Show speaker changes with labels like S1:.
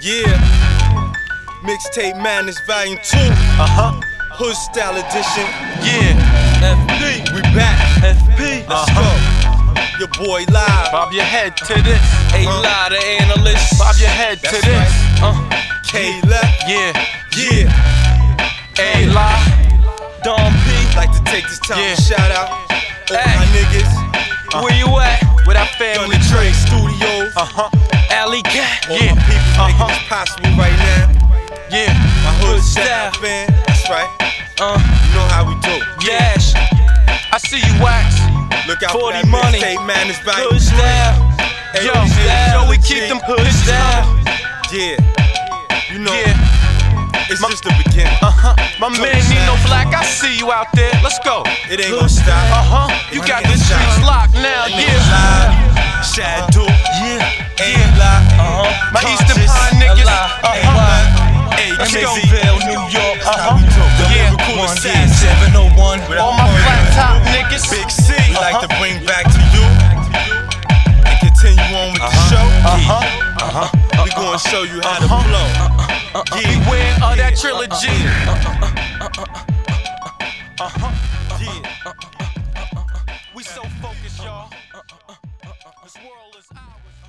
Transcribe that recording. S1: Yeah. Mixtape Madness Volume 2.
S2: Uh huh.
S1: Hood Style Edition.
S2: Yeah.
S1: FB. We back.
S2: FB.
S1: Let's
S2: Uh-huh.
S1: go. Your boy live.
S2: Bob your head to this.
S3: Hey, lie, the analyst.
S2: Bob your head to
S1: That's
S2: this.
S1: right.
S2: Uh,
S1: K left.
S2: yeah.
S1: Yeah.
S2: Hey, lie.
S3: Don P.
S1: Like to take this time
S2: Yeah.
S1: to shout out all my niggas
S3: Where you at?
S2: Uh-huh. With
S1: on
S2: our
S1: the
S2: family.
S1: Dre Studios.
S2: Uh huh.
S3: Alley Cat.
S1: all
S2: yeah.
S1: my people making
S2: Uh-huh.
S1: this possible right now.
S2: Yeah.
S1: My hood style fan. That's right.
S3: Uh,
S1: You know how we do.
S3: Dash.
S2: I see you wax.
S1: Look out
S3: 40
S1: for that
S3: money.
S1: mixtape Madness Volume
S3: Push
S1: 2.
S3: down.
S1: Hey,
S2: Yo,
S1: we did.
S2: yo, we keep them
S3: Push
S2: pushes up.
S3: down.
S1: Yeah. You know,
S2: Yeah.
S1: it's just the beginning.
S2: Uh huh. My man need no black. I see you out there. Let's go.
S1: It ain't gonna stop.
S2: Uh huh. You got the streets locked now. Yeah.
S1: Live, shadow,
S2: Yeah.
S1: ain't lie.
S3: Uh-huh.
S2: My Eastern Pine niggas. Uh huh. Let's go.
S1: Amityville, New York,
S2: Uh-huh.
S1: uh-huh. The
S2: Yeah.
S1: lyrical
S2: One,
S1: assassin.
S2: All my flat top niggas.
S1: Big C, we like
S2: Uh-huh.
S1: to bring back to you and continue on with the show.
S2: Uh-huh.
S1: We gonna show you how to blow. Yeah,
S2: Beware of that trilogy.
S1: yeah.
S2: We so focused, y'all. This world is ours.